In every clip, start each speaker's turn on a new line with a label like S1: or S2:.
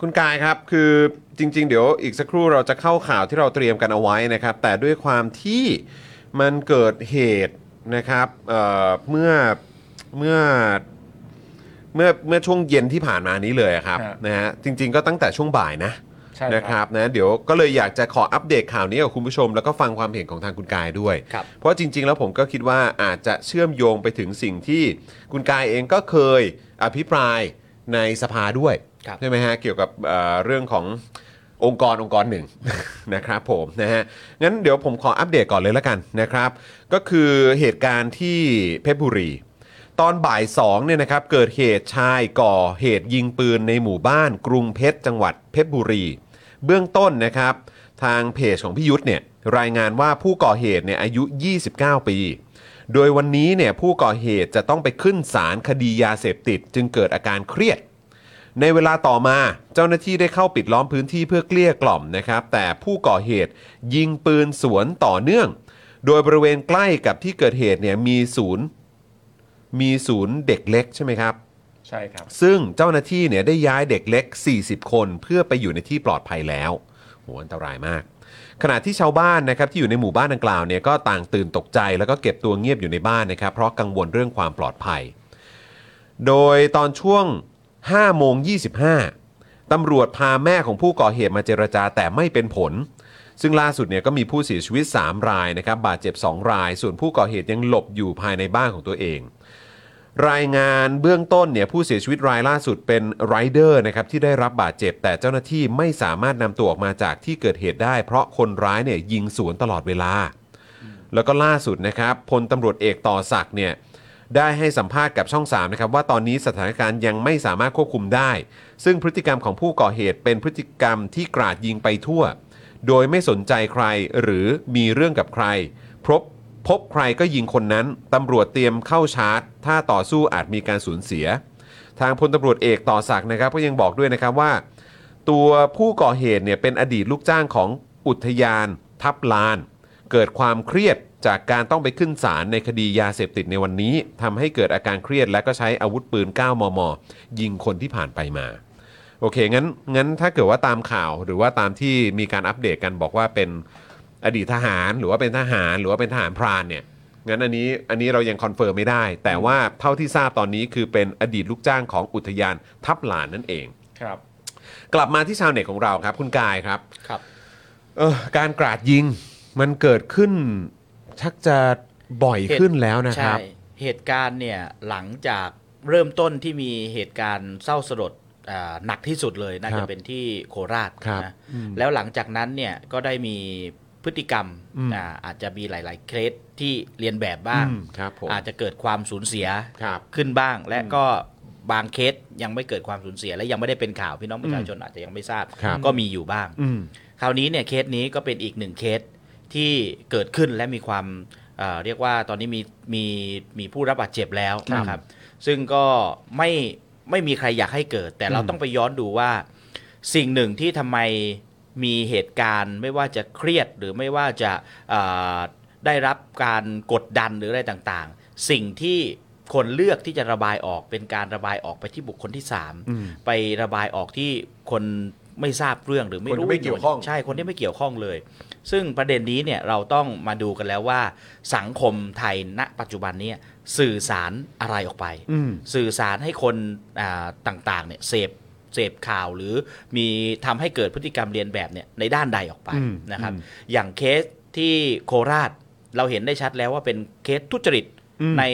S1: คุณกายครับคือจริง ๆ เดี๋ยวอีกสักครู่เราจะเข้าข่าวที่เราเตรียมกันเอาไว้นะครับ แต่ด้วยความที่มันเกิดเหตุนะครับเอ่อเมื่อเมื่อเมื่อเมื่อช่วงเย็นที่ผ่านมานี้เลยอะครับ
S2: ฮะ
S1: นะฮะจริง ๆ ก็ตั้งแต่ช่วงบ่ายนะ
S2: ใช่
S1: นะครับนะเดี๋ยวก็เลยอยากจะขออัปเดตข่าวนี้กับคุณผู้ชม แล้วก็ฟังความเห็นของทางคุณกายด้วย
S3: ครับ
S1: เพราะจริง ๆ แล้วผมก็คิดว่าอาจจะเชื่อมโยงไปถึงสิ่งที่คุณกายเองก็เคยอภิปรายในสภาด้วย
S3: ครับ
S1: ใช่ไหมฮะ เกี่ยวกับเอ่อเรื่องขององค์กรองค์กรหนึ่ง นะครับผมนะฮะงั้นเดี๋ยวผมขออัปเดตก่อนเลยละกันนะครับ ก็คือเหตุการณ์ที่เพชรบุรี ตอนบ่าย2เนี่ยนะครับเกิดเหตุชายก่อเหตุยิงปืนในหมู่บ้านกรุงเพชรจังหวัดเพชรบุรี เบื้องต้นนะครับ ทางเพจของพี่ยุทธเนี่ยรายงานว่าผู้ก่อเหตุเนี่ยอายุ 29 ปี โดยวันนี้เนี่ยผู้ก่อเหตุจะต้องไปขึ้นศาลคดียาเสพติด จึงเกิดอาการเครียด ในเวลาต่อมาเจ้าหน้าที่ได้เข้าปิดล้อมพื้นที่เพื่อเกลี้ยกล่อมนะครับ แต่ผู้ก่อเหตุยิงปืนสวนต่อเนื่อง โดยบริเวณใกล้กับที่เกิดเหตุเนี่ยมีศูนย์ มีศูนย์เด็กเล็กใช่ไหมครับ
S2: ใช่ครับ
S1: ซึ่งเจ้าหน้าที่เนี่ยได้ย้ายเด็กเล็ก 40 คนเพื่อไปอยู่ในที่ปลอดภัยแล้วโหอันตรายมาก ขณะที่ชาวบ้านนะครับที่อยู่ในหมู่บ้านดังกล่าวเนี่ยก็ต่างตื่นตกใจแล้วก็เก็บตัวเงียบอยู่ในบ้านนะครับ เพราะกังวลเรื่องความปลอดภัย โดยตอนช่วง5โมง25ตำรวจพาแม่ของผู้ก่อเหตุมาเจรจาแต่ไม่เป็นผล ซึ่งล่าสุดเนี่ยก็มีผู้เสียชีวิต 3 รายนะครับบาดเจ็บ 2 ราย ส่วนผู้ก่อเหตุยังหลบอยู่ภายในบ้านของตัวเอง รายงานเบื้องต้นเนี่ยผู้เสียชีวิตรายล่าสุดเป็นไรเดอร์นะครับที่ได้รับบาดเจ็บ แต่เจ้าหน้าที่ไม่สามารถนำตัวออกมาจากที่เกิดเหตุได้ เพราะคนร้ายเนี่ยยิงสวนตลอดเวลา แล้วก็ล่าสุดนะครับพลตำรวจเอกต่อศักดิ์เนี่ยได้ให้สัมภาษณ์กับช่อง3นะครับว่าตอนนี้สถานการณ์ยังไม่สามารถควบคุมได้ ซึ่งพฤติกรรมของผู้ก่อเหตุเป็นพฤติกรรมที่กราดยิงไปทั่ว โดยไม่สนใจใครหรือมีเรื่องกับใครพบ พบใครก็ยิงคนนั้น ตำรวจเตรียมเข้าชาร์จ ถ้าต่อสู้อาจมีการสูญเสีย ทางพลตำรวจเอกต่อศักดิ์นะครับก็ยังบอกด้วยนะครับว่า ตัวผู้ก่อเหตุเนี่ยเป็นอดีตลูกจ้างของอุทยาน ทับลาน เกิดความเครียดจากการต้องไปขึ้นศาลในคดียาเสพติดในวันนี้ทำให้เกิดอาการเครียดและก็ใช้อาวุธปืน 9 มม ยิงคนที่ผ่านไปมา โอเคงั้นงั้นถ้าเกิดว่าตามข่าวหรือว่าตามที่มีการอัปเดตกันบอกว่าเป็นอดีตทหารหรือว่าเป็นทหารหรือว่าเป็นทหารพรานเนี่ยงั้นอันนี้อันนี้เรายังคอนเฟิร์มไม่ได้ แต่ว่าเท่าที่ทราบตอนนี้คือเป็นอดีตลูกจ้างของอุทยานทับหลานนั่นเอง
S2: ครับ
S1: กลับมาที่ชาวเน็ตของเราครับ คุณกายครับ
S3: ครับ
S1: เออการกราดยิงมันเกิดขึ้นชักจะบ่อยขึ้นแล้วนะครับ
S3: ใช่เหตุการณ์เนี่ยหลังจากเริ่มต้นที่มีเหตุการณ์เศร้าสลดอ่าหนักที่สุดเลยน่า
S1: ครั
S3: จะ
S1: บ
S3: เป็นที่โคราช
S1: ครับ
S3: นะแล้วหลังจากนั้นเนี่ยก็ได้มีพฤติกรรม
S1: อืม
S3: อาอาจจะมีหลาย ๆ เคสที่เรียนแบบบ้าง
S1: อืมครับผม
S3: อาจจะเกิดความสูญเสีย
S1: ครับ
S3: ขึ้นบ้าง และก็บางเคสยังไม่เกิดความสูญเสีย และยังไม่ได้เป็นข่าวพี่น้องประชาชนอาจจะยังไม่ทราบ
S1: ครับ
S3: ก็มีอยู่บ้าง
S1: อืม
S3: คราวนี้เนี่ยเคสนี้ก็เป็นอีกหนึ่งเคสที่เกิดขึ้นและมีความเอ่อเรียกว่าตอนนี้มีมีมีผู้รับบาดเจ็บแล้ว
S1: ครับ
S3: นะครับ ซึ่งก็ไม่ไม่มีใครอยากให้เกิด แต่เรา
S1: อืม
S3: ต้องไปย้อนดูว่าสิ่งหนึ่งที่ทำไมมีเหตุการณ์ ไม่ว่าจะเครียดหรือไม่ว่าจะเอ่อได้รับการกดดันหรืออะไรต่างๆ สิ่งที่คนเลือกที่จะระบายออกเป็นการระบายออกไปที่บุคคลที่สาม
S1: อืม
S3: ไประบายออกที่คนไม่ทราบเรื่องหรือไม่
S1: คนที่
S3: รู้
S1: ไม่เกี่ยวข้อง
S3: ใช่คนที่ไม่เกี่ยวข้องเลย ซึ่งประเด็นนี้เนี่ยเราต้องมาดูกันแล้วว่าสังคมไทยณปัจจุบันเนี่ยสื่อสารอะไรออกไป
S1: อืม
S3: สื่อสารให้คนอ่าต่างๆเนี่ยเสพเสพข่าวหรือมีทำให้เกิดพฤติกรรมเรียนแบบเนี่ยในด้านใดออกไป
S1: อืม
S3: นะครับ
S1: อืม
S3: อย่างเคสที่โคราชเราเห็นได้ชัดแล้วว่าเป็นเคสทุจริต
S1: อืม
S3: ใน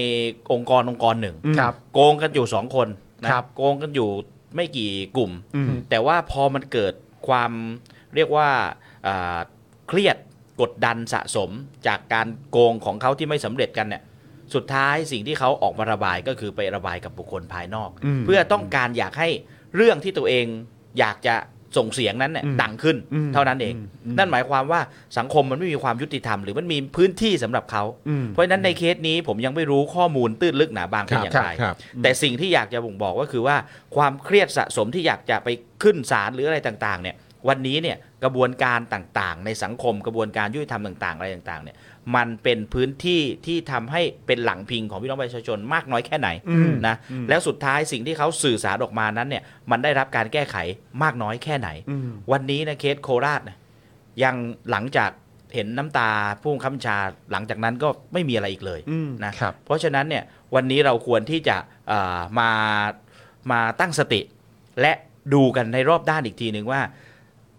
S3: องค์กรองค์กรหนึ่ง
S1: ครับ
S3: โกงกันอยู่สองคนนะครับ โกงกันอยู่ไม่กี่กลุ่ม
S1: อืม
S3: แต่ว่าพอมันเกิดความเรียกว่าอ่าเครียดกดดันสะสมจากการโกงของเขาที่ไม่สำเร็จกันเนี่ยสุดท้ายสิ่งที่เขาออกมาระบายก็คือไประบายกับบุคคลภายนอก
S1: อืม
S3: เพื่อต้องการอยากให้เรื่องที่ตัวเองอยากจะส่งเสียงนั้นเนี่ย
S1: อืม
S3: ดังขึ้น
S1: อืม
S3: เท่านั้นเอง
S1: อืมอืม
S3: นั่นหมายความว่าสังคมมันไม่มีความยุติธรรมหรือมันมีพื้นที่สำหรับเขา
S1: อืม
S3: เพราะฉะนั้นในเคสนี้ผมยังไม่รู้ข้อมูลตื้นลึกหนาบางเป็นอย่าง
S1: ค
S3: ไร
S1: รับครับครับ
S3: แต่สิ่งที่อยากจะบ่งบอกก็คือว่าความเครียดสะสมที่อยากจะไปขึ้นศาลหรืออะไรต่างๆเนี่ยวันนี้เนี่ยกระบวนการต่างๆ ในสังคมกระบวนการยุติธรรมต่างๆ อะไรต่างๆเนี่ย มันเป็นพื้นที่ที่ทำให้เป็นหลังพิงของพี่น้องประชาชนมากน้อยแค่ไหน
S1: อืม
S3: นะแล้วสุดท้ายสิ่งที่เขาสื่อสารออกมานั้นเนี่ยมันได้รับการแก้ไขมากน้อยแค่ไหน
S1: อืม
S3: วันนี้นะเคสโคราชนะยังหลังจากเห็นน้ำตาพุ่งคำชาหลังจากนั้นก็ไม่มีอะไรอีกเลย
S1: อืม
S3: นะครับ เพราะฉะนั้นเนี่ยวันนี้เราควรที่จะเอ่อมามาตั้งสติ และดูกันในรอบด้านอีกทีหนึ่งว่า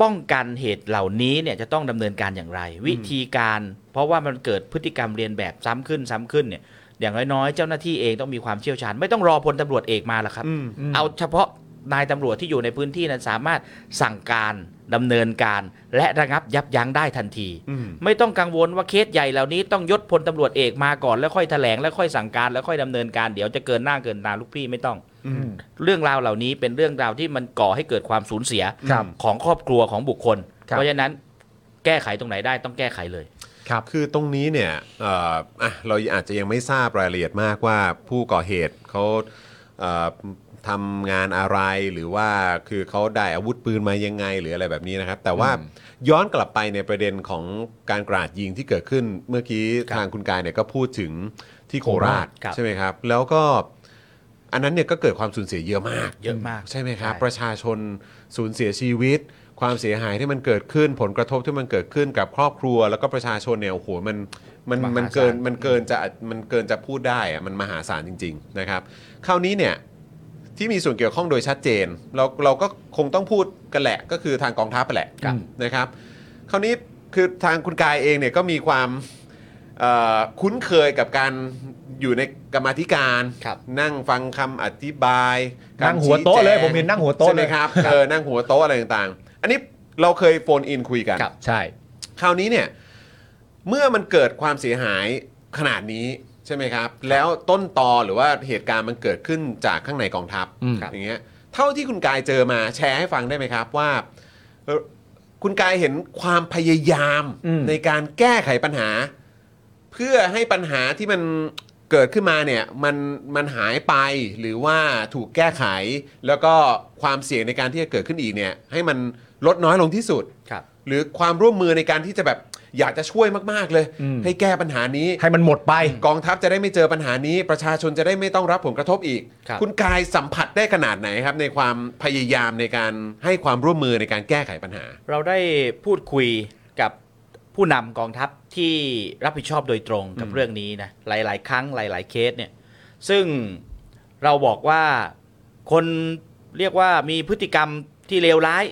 S3: ป้องกันเหตุเหล่านี้เนี่ยจะต้องดำเนินการอย่างไร วิธีการ เพราะว่ามันเกิดพฤติกรรมเรียนแบบซ้ำขึ้นซ้ำขึ้นเนี่ยอย่างน้อยๆ เจ้าหน้าที่เองต้องมีความเชี่ยวชาญ ไม่ต้องรอพลตำรวจเอกมาหรอกครับ
S1: อืม
S3: เอาเฉพาะนายตำรวจที่อยู่ในพื้นที่นั้นสามารถสั่งการดำเนินการ และระงับยับยั้งได้ทันที
S1: อืม
S3: ไม่ต้องกังวลว่าเคสใหญ่เหล่านี้ต้องยศพลตำรวจเอกมาก่อนแล้วค่อยแถลงแล้วค่อยสั่งการแล้วค่อยดำเนินการเดี๋ยวจะเกินหน้าเกินตาลูกพี่ไม่ต้อง
S1: อืม
S3: เรื่องราวเหล่านี้เป็นเรื่องราวที่มันก่อให้เกิดความสูญเสีย
S2: ครับ
S3: ของครอบครัวของบุคคล
S2: ครับ
S3: เพราะฉะนั้นแก้ไขตรงไหนได้ต้องแก้ไขเลย
S2: ครับ
S1: คือตรงนี้เนี่ยเอ่ออ่ะเราอาจจะยังไม่ทราบรายละเอียดมากว่าผู้ก่อเหตุเขาเอ่อทำงานอะไรหรือว่าคือเขาได้อาวุธปืนมายังไงหรืออะไรแบบนี้นะครับ แต่ว่า
S2: อืม
S1: ย้อนกลับไปในประเด็นของการกราดยิงที่เกิดขึ้นเมื่อกี้
S3: ครับ
S1: ทางคุณกายเนี่ยก็พูดถึงที่โคราช
S3: ครับ
S1: ใช่ไหมครับ แล้วก็อันนั้นเนี่ยก็เกิดความสูญเสียเยอะมาก
S3: เยอะมาก
S1: ใช่ไหมครับ
S3: ใช่
S1: ประชาชนสูญเสียชีวิต ความเสียหายที่มันเกิดขึ้น ผลกระทบที่มันเกิดขึ้นกับครอบครัว แล้วก็ประชาชนเนี่ยโอ้โหมันมัน
S3: มหาศาล
S1: มันเกินมันเกินจะมันเกินจะพูดได้อะมันมหาศาลจริง ๆ นะครับ คราวนี้เนี่ยที่มีส่วนเกี่ยวข้องโดยชัดเจน เราเราก็คงต้องพูดกันแหละ ก็คือทางกองทัพแหละ
S2: ครับ
S1: นะครับ คราวนี้คือทางคุณกายเองเนี่ยก็มีความ เอ่อคุ้นเคยกับการอยู่ในกรรมาธิการ
S3: ครับ
S1: นั่งฟังคำอธิบาย
S2: นั่งหัวโต๊ะเลยผมเห็นนั่งหัวโต๊ะ
S1: ใช่ไหม
S2: เลย
S1: ครับเออนั่งหัวโต๊ะอะไรต่างๆ อันนี้เราเคยโฟนอินคุยกัน
S3: ครับ
S2: ใช่
S1: คราวนี้เนี่ยเมื่อมันเกิดความเสียหายขนาดนี้ใช่ไหมครับ แล้วต้นตอหรือว่าเหตุการณ์มันเกิดขึ้นจากข้างในกองทัพ
S2: อืม
S1: อย่างเงี้ยเท่าที่คุณกายเจอมาแชร์ให้ฟังได้ไหมครับว่าเอ่อคุณกายเห็นความพยายาม
S2: อืม
S1: ในการแก้ไขปัญหา เพื่อให้ปัญหาที่มันเกิดขึ้นมาเนี่ยมันมันหายไปหรือว่าถูกแก้ไข แล้วก็ความเสี่ยงในการที่จะเกิดขึ้นอีกเนี่ยให้มันลดน้อยลงที่สุด
S3: ครับ
S1: หรือความร่วมมือในการที่จะแบบอยากจะช่วยมากๆเลย
S2: อืม
S1: ให้แก้ปัญหานี้
S2: ให้มันหมดไป
S1: กองทัพจะได้ไม่เจอปัญหานี้ ประชาชนจะได้ไม่ต้องรับผลกระทบอีก
S3: ครับ
S1: ณกายสัมผัสได้ขนาดไหนครับ ในความพยายามในการให้ความร่วมมือในการแก้ไขปัญหา
S3: เราได้พูดคุยกับผู้นำกองทัพที่รับผิดชอบโดยตรงกับเรื่องนี้นะหลาย ๆ ครั้งหลาย ๆ เคสเนี่ยซึ่งเราบอกว่าคนเรียกว่ามีพฤติกรรมที่เลวร้าย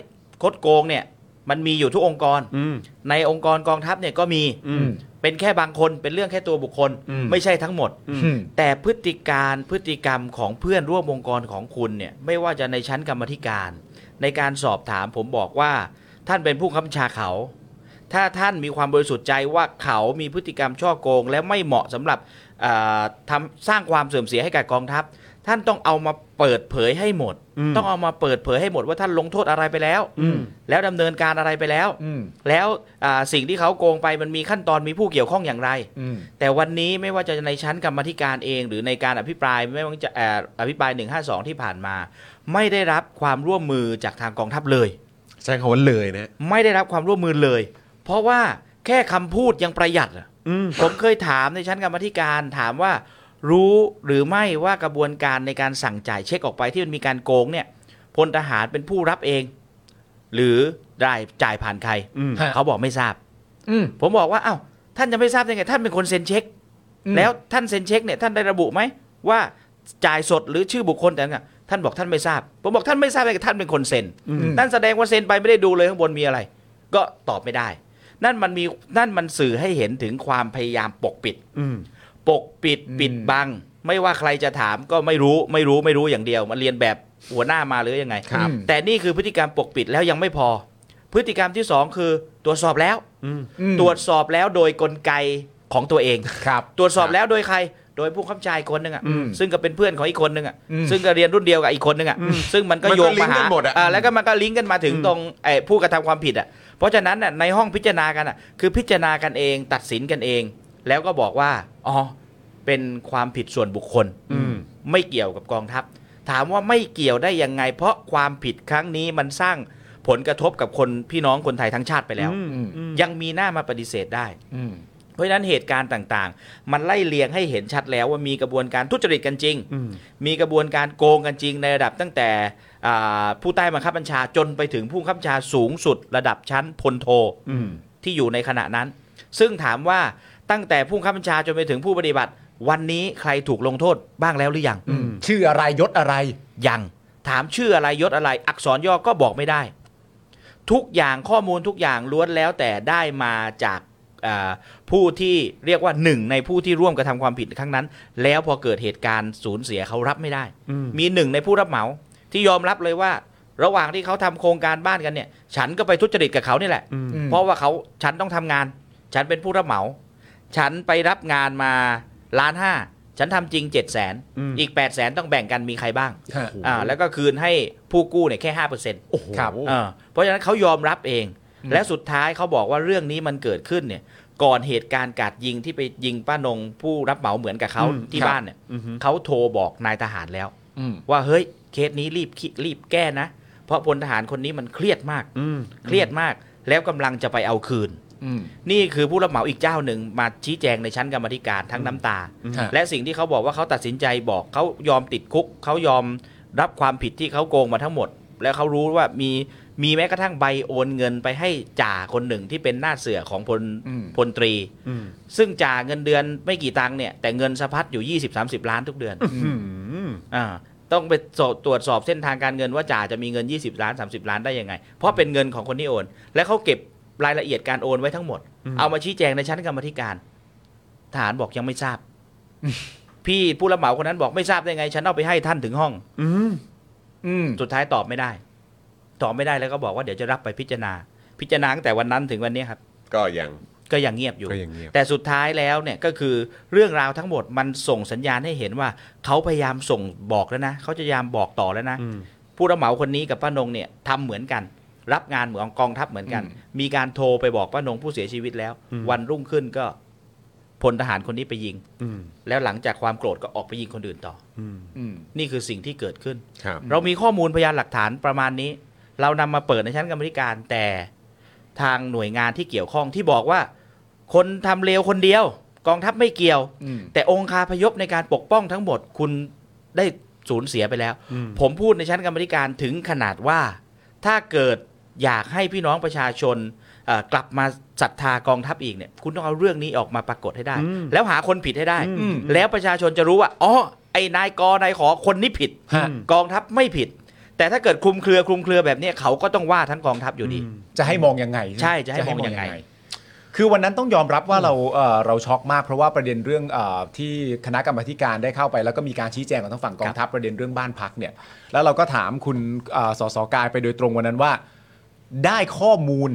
S3: คดโกงเนี่ยมันมีอยู่ทุกองค์กร
S1: อืม
S3: ในองค์กรกองทัพเนี่ยก็มี
S1: อืม
S3: เป็นแค่บางคนเป็นเรื่องแค่ตัวบุคคล
S1: อืม
S3: ไม่ใช่ทั้งหมด
S2: อืม
S3: แต่พฤติการพฤติกรรมของเพื่อนร่วมองค์กรของคุณเนี่ยไม่ว่าจะในชั้นกรรมธิการ ในการสอบถามผมบอกว่า ท่านเป็นผู้ค้ำชาเขา ถ้าท่านมีความบริสุทธิ์ใจว่าเขามีพฤติกรรมช่อโกง และไม่เหมาะสำหรับเอ่อทำสร้างความเสื่อมเสียให้กับกองทัพ ท่านต้องเอามาเปิดเผยให้หมด
S1: อืม
S3: ต้องเอามาเปิดเผยให้หมดว่าท่านลงโทษอะไรไปแล้ว
S2: อืม
S3: แล้วดำเนินการอะไรไปแล้ว
S2: อืม
S3: แล้วอ่าสิ่งที่เขาโกงไปมันมีขั้นตอนมีผู้เกี่ยวข้องอย่างไร
S2: อืม
S3: แต่วันนี้ไม่ว่าจะในชั้นกรรมาธิการเอง หรือในการอภิปรายไม่ว่าจะเอ่ออภิปราย 152 ที่ผ่านมา ไม่ได้รับความร่วมมือจากทางกองทัพเลย
S1: ใช้คำว่าเลยนะ
S3: ไม่ได้รับความร่วมมือเลย เพราะว่าแค่คำพูดยังประหยัดอะ
S1: อืม
S3: ผมเคยถามในชั้นกรรมาธิการถามว่า รู้หรือไม่ว่ากระบวนการในการสั่งจ่ายเช็คออกไปที่มันมีการโกงเนี่ยพลทหารเป็นผู้รับเอง หรือได้จ่ายผ่านใคร
S1: อืม
S2: ฮะ
S3: เขาบอกไม่ทราบ
S2: อืม
S3: ผมบอกว่าอ้าวท่านจะไม่ทราบได้ไงท่านเป็นคนเซ็นเช็ค
S2: อืม
S3: แล้วท่านเซ็นเช็คเนี่ยท่านได้ระบุไหมว่าจ่ายสดหรือชื่อบุคคลแต่ละท่านบอกท่านไม่ทราบ ผมบอกท่านไม่ทราบเลยท่านเป็นคนเซ็นนั่นแสดงว่าเซ็นไปไม่ได้ดูเลยข้างบนมีอะไร ก็ตอบไม่ได้ นั่นมันมีนั่นมันสื่อให้เห็นถึงความพยายามปกปิด
S1: อืม
S3: ปกปิด
S2: อืม
S3: ปิดบัง ไม่ว่าใครจะถามก็ไม่รู้ไม่รู้ไม่รู้อย่างเดียว มันเรียนแบบหัวหน้ามาหรือยังไง
S1: ครับ
S3: แต่นี่คือพฤติกรรมปกปิดแล้วยังไม่พอ พฤติกรรมที่สองคือตรวจสอบแล้ว
S1: อืม
S2: อืม
S3: ตรวจสอบแล้วโดยกลไกของตัวเอง
S2: ครับ
S3: ตรวจสอบแล้วโดยใคร โดยผู้ค้ำชายคนหนึ่งอ่ะ
S2: อืม
S3: ซึ่งก็เป็นเพื่อนของอีกคนหนึ่งอ่ะ
S2: อืม
S3: ซึ่งก็เรียนรุ่นเดียวกับอีกคนหนึ่งอ่ะซึ่งมันก็
S1: มันก็
S3: โยง
S1: ลิ
S3: มาง
S1: ก์กั
S3: หาน
S1: หมดอะ
S3: อ่าแล้วก็มันก็ลิงก์กันมาถึงตรงไอ้ผู้กระทำความผิดอ่ะเพราะฉะนั้นน่ะในห้องพิจารณากันอ่ะคือพิจารณากันเองตัดสินกันเอง แล้วก็บอกว่าอ๋อเป็นความผิดส่วนบุคคล
S1: อืม
S3: ไม่เกี่ยวกับกองทัพ ถามว่าไม่เกี่ยวได้ยังไง เพราะความผิดครั้งนี้มันสร้างผลกระทบกับคนพี่น้องคนไทยทั้งชาติไปแล้ว
S2: อืม
S3: ยังมีหน้ามาปฏิเสธได้
S2: อืม
S3: เพราะฉะนั้นเหตุการณ์ต่างๆ มันไล่เลียงให้เห็นชัดแล้วว่ามีกระบวนการทุจริตกันจริง มีกระบวนการโกงกันจริงในระดับตั้งแต่อ่าผู้ใต้บังคับบัญชาจนไปถึงผู้บังคับบัญชาสูงสุด ระดับชั้นพลโทที่อยู่ในขณะนั้น ซึ่งถามว่าตั้งแต่ผู้บังคับบัญชาจนไปถึงผู้ปฏิบัติ วันนี้ใครถูกลงโทษบ้างแล้วหรือยัง
S2: ชื่ออะไรยศอะไร
S3: ยังถามชื่ออะไรยศอะไร อักษรย่อก็บอกไม่ได้ ทุกอย่างข้อมูลทุกอย่างล้วนแล้วแต่ได้มาจากเอ่อผู้ที่เรียกว่าหนึ่งในผู้ที่ร่วมกระทำความผิดครั้งนั้น แล้วพอเกิดเหตุการณ์สูญเสียเขารับไม่ได้ มีหนึ่งในผู้รับเหมา ที่ยอมรับเลยว่า ระหว่างที่เขาทำโครงการบ้านกันเนี่ย ฉันก็ไปทุจริตกับเขานี่แหละ
S2: อืม
S3: เพราะว่าเขาฉันต้องทำงาน ฉันเป็นผู้รับเหมา ฉันไปรับงานมาล้านห้าฉันทำจริงเจ็ดแสนอีกแปดแสนต้องแบ่งกันมีใครบ้าง อ่าแล้วก็คืนให้ผู้กู้เนี่ยแค่ห้าเปอร์เซ็นต์
S1: โอ้โห
S2: ครับ
S3: เพราะฉะนั้นเขายอมรับเอง และสุดท้ายเขาบอกว่าเรื่องนี้มันเกิดขึ้นเนี่ย ก่อนเหตุการณ์กราดยิงที่ไปยิงป้านงผู้รับเหมาเหมือนกับเขา
S2: อืม
S3: ที่
S2: ครับ
S3: บ้านเนี่ยเขาโทรบอกนายทหารแล้ว ว่าเฮ้ยเคสนี้รีบคิดรีบแก้นะ เพราะพลทหารคนนี้มันเครียดมาก
S1: อืม
S3: เครียดมากแล้วกำลังจะไปเอาคืน นี่คือผู้รับเหมาอีกเจ้าหนึ่งมาชี้แจงในชั้นกรรมาธิการทั้งน้ำตา
S2: ฮะ
S3: และสิ่งที่เขาบอกว่าเขาตัดสินใจบอกเขายอมติดคุก เขายอมรับความผิดที่เขาโกงมาทั้งหมด แล้วเขารู้ว่ามีมีแม้กระทั่งใบโอนเงินไปให้จ่าคนหนึ่งที่เป็นหน้าเสือของพล
S2: อืม
S3: พลตรี ซึ่งจ่าเงินเดือนไม่กี่ตังค์เนี่ยแต่เงินสะพัดอยู่ 20-30 ล้านทุกเดือนอ่าต้องไปสอบตรวจสอบเส้นทางการเงินว่าจ่าจะมีเงิน 20 ล้าน 30 ล้านได้ยังไง เพราะเป็นเงินของคนที่โอน และเขาเก็บรายละเอียดการโอนไว้ทั้งหมด เอามาชี้แจงในชั้นกรรมาธิการทหารบอกยังไม่ทราบ พี่ผู้รับเหมาคนนั้นบอกไม่ทราบได้ไง ฉันเอาไปให้ท่านถึงห้อง สุดท้ายตอบไม่ได้ ตอบไม่ได้แล้วก็บอกว่าเดี๋ยวจะรับไปพิจารณา พิจารณาตั้งแต่วันนั้นถึงวันนี้ครับ
S1: ก็ยัง
S3: ก็ยังเงียบอยู่
S1: ก็ยังเงียบ
S3: แต่สุดท้ายแล้วเนี่ยก็คือเรื่องราวทั้งหมดมันส่งสัญญาณให้เห็นว่า เขาพยายามส่งบอกแล้วนะเขาจะพยายามบอกต่อแล้วนะ ผู้รับเหมาคนนี้กับป้านงเนี่ยทำเหมือนกัน รับงานเหมือนกองทัพเหมือนกัน
S2: อืม
S3: มีการโทรไปบอกป้านงผู้เสียชีวิตแล้ว วันรุ่งขึ้นก็พลทหารคนนี้ไปยิง
S1: อืม
S3: แล้วหลังจากความโกรธก็ออกไปยิงคนอื่นต่อ นี่คือสิ่งที่เกิดขึ้น
S1: ครับ
S3: เรามีข้อมูลพยานหลักฐานประมาณนี้ เรานำมาเปิดในชั้นกรรมธิการแต่ทางหน่วยงานที่เกี่ยวข้องที่บอกว่า คนทำเลวคนเดียว กองทัพไม่เกี่ยว แต่องค์คาพยพในการปกป้องทั้งหมดคุณได้สูญเสียไปแล้ว ผมพูดในชั้นกรรมธิการถึงขนาดว่า ถ้าเกิดอยากให้พี่น้องประชาชนเอ่อกลับมาศรัทธากองทัพอีกเนี่ย คุณต้องเอาเรื่องนี้ออกมาปรากฏให้ได้
S1: อืม
S3: แล้วหาคนผิดให้ได้
S2: อืม
S3: แล้วประชาชนจะรู้ว่าอ๋อไอ้นายกนายขอคนนี้ผิด
S2: ฮะ
S3: กองทัพไม่ผิด แต่ถ้าเกิดคลุมเครือคลุมเครือแบบเนี้ยเขาก็ต้องว่าทั้งกองทัพอยู่ดี
S2: จะให้มองยังไง
S3: ใช่จะให้มองยังไง
S2: คือวันนั้นต้องยอมรับว่าเราเอ่อเราช็อกมาก เพราะว่าประเด็นเรื่องเออที่คณะกรรมาธิการได้เข้าไป แล้วก็มีการชี้แจงของทั้งฝั่งกองทัพประเด็นเรื่องบ้านพักเนี่ยแล้วเราก็ถามคุณเอ่อสสกายไปโดยตรงวันนั้นว่า ได้ข้อมูล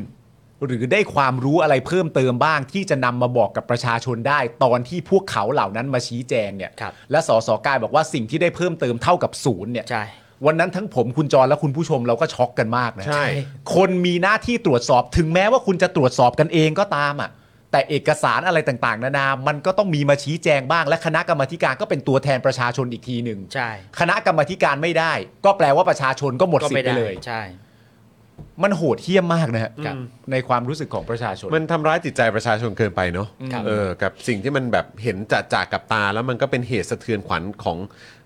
S2: หรือได้ความรู้อะไรเพิ่มเติมบ้างที่จะนำมาบอกกับประชาชนได้ ตอนที่พวกเขาเหล่านั้นมาชี้แจงเนี่ย
S3: ครับ
S2: และสสกายบอกว่าสิ่งที่ได้เพิ่มเติมเท่ากับศูนย์เนี่ย
S3: ใช่
S2: วันนั้นทั้งผมคุณจรและคุณผู้ชมเราก็ช็อกกันมากนะ
S1: ใช่
S2: คนมีหน้าที่ตรวจสอบถึงแม้ว่าคุณจะตรวจสอบกันเองก็ตามอ่ะ แต่เอกสารอะไรต่างๆ นานา มันก็ต้องมีมาชี้แจงบ้าง และคณะกรรมาธิการก็เป็นตัวแทนประชาชนอีกทีหนึ่ง
S3: ใช่
S2: คณะกรรมาธิการไม่ได้ ก็แปลว่าประชาชนก็หมด
S3: ก็
S2: สิท
S3: ไม่
S2: ธิ์ไป
S3: ได้
S2: เลย
S3: ใช่
S2: มันโหดเหี้ยมมากนะฮะ
S3: ครับ
S2: ในความรู้สึกของประชาชน
S1: มันทำร้ายจิตใจประชาชนเกินไปเนาะ
S3: ครับ
S1: เออกับสิ่งที่มันแบบเห็นจัดจากกับตาแล้วมันก็เป็นเหตุสะเทือนขวัญของ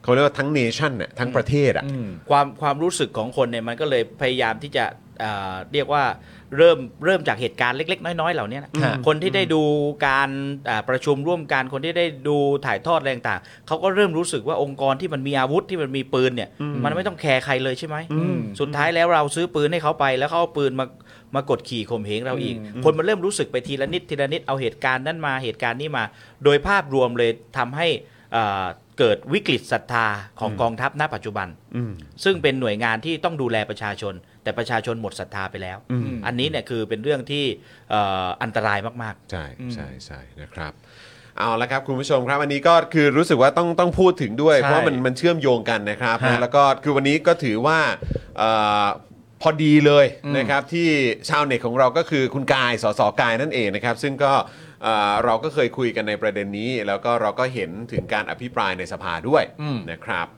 S1: เขาเรียกว่าทั้งเนชั่นน่ะทั้งประเทศอ่ะ
S3: ความความรู้สึกของคนเนี่ยมันก็เลยพยายามที่จะเอ่อเรียกว่าเริ่มเริ่มจากเหตุการณ์เล็ก ๆ น้อย ๆ เหล่านี้นะ
S2: ฮะ
S3: คนที่ได้ดูการอ่าประชุมร่วมกันคนที่ได้ดูถ่ายทอดอะไรต่างๆเขาก็เริ่มรู้สึกว่าองค์กรที่มันมีอาวุธที่มันมีปืนเนี่ย มันไม่ต้องแคร์ใครเลยใช่ไหม
S2: อืม
S3: สุดท้ายแล้วเราซื้อปืนให้เขาไปแล้วเขาเอาปืนมามากดขี่ข่มเหงเราอีก คนมันเริ่มรู้สึกไปทีละนิดทีละนิดเอาเหตุการณ์นั้นมาเหตุการณ์นี้มา โดยภาพรวมเลยทำให้เอ่อเกิดวิกฤตศรัทธาของกองทัพณปัจจุบัน ซึ่งเป็นหน่วยงานที่ต้องดูแลประชาชน แต่ประชาชนหมดศรัทธาไปแล้ว อันนี้เนี่ยคือเป็นเรื่องที่เอ่ออันตรายมาก
S1: ใช่ใช่ใช่นะครับ เอาละครับคุณผู้ชมครับอันนี้ก็คือรู้สึกว่าต้องต้องพูดถึงด้วย
S2: ใช่
S1: เพราะมันมันเชื่อมโยงกันนะครับ
S2: ฮะ
S1: นะแล้วก็คือวันนี้ก็ถือว่าเอ่อพอดีเลยนะครับที่ชาวเน็ตของเราก็คือคุณกายสสกายนั่นเองนะครับซึ่งก็เอ่อเราก็เคยคุยกันในประเด็นนี้ แล้วก็เราก็เห็นถึงการอภิปรายในสภาด้วย
S2: อืม
S1: นะครับ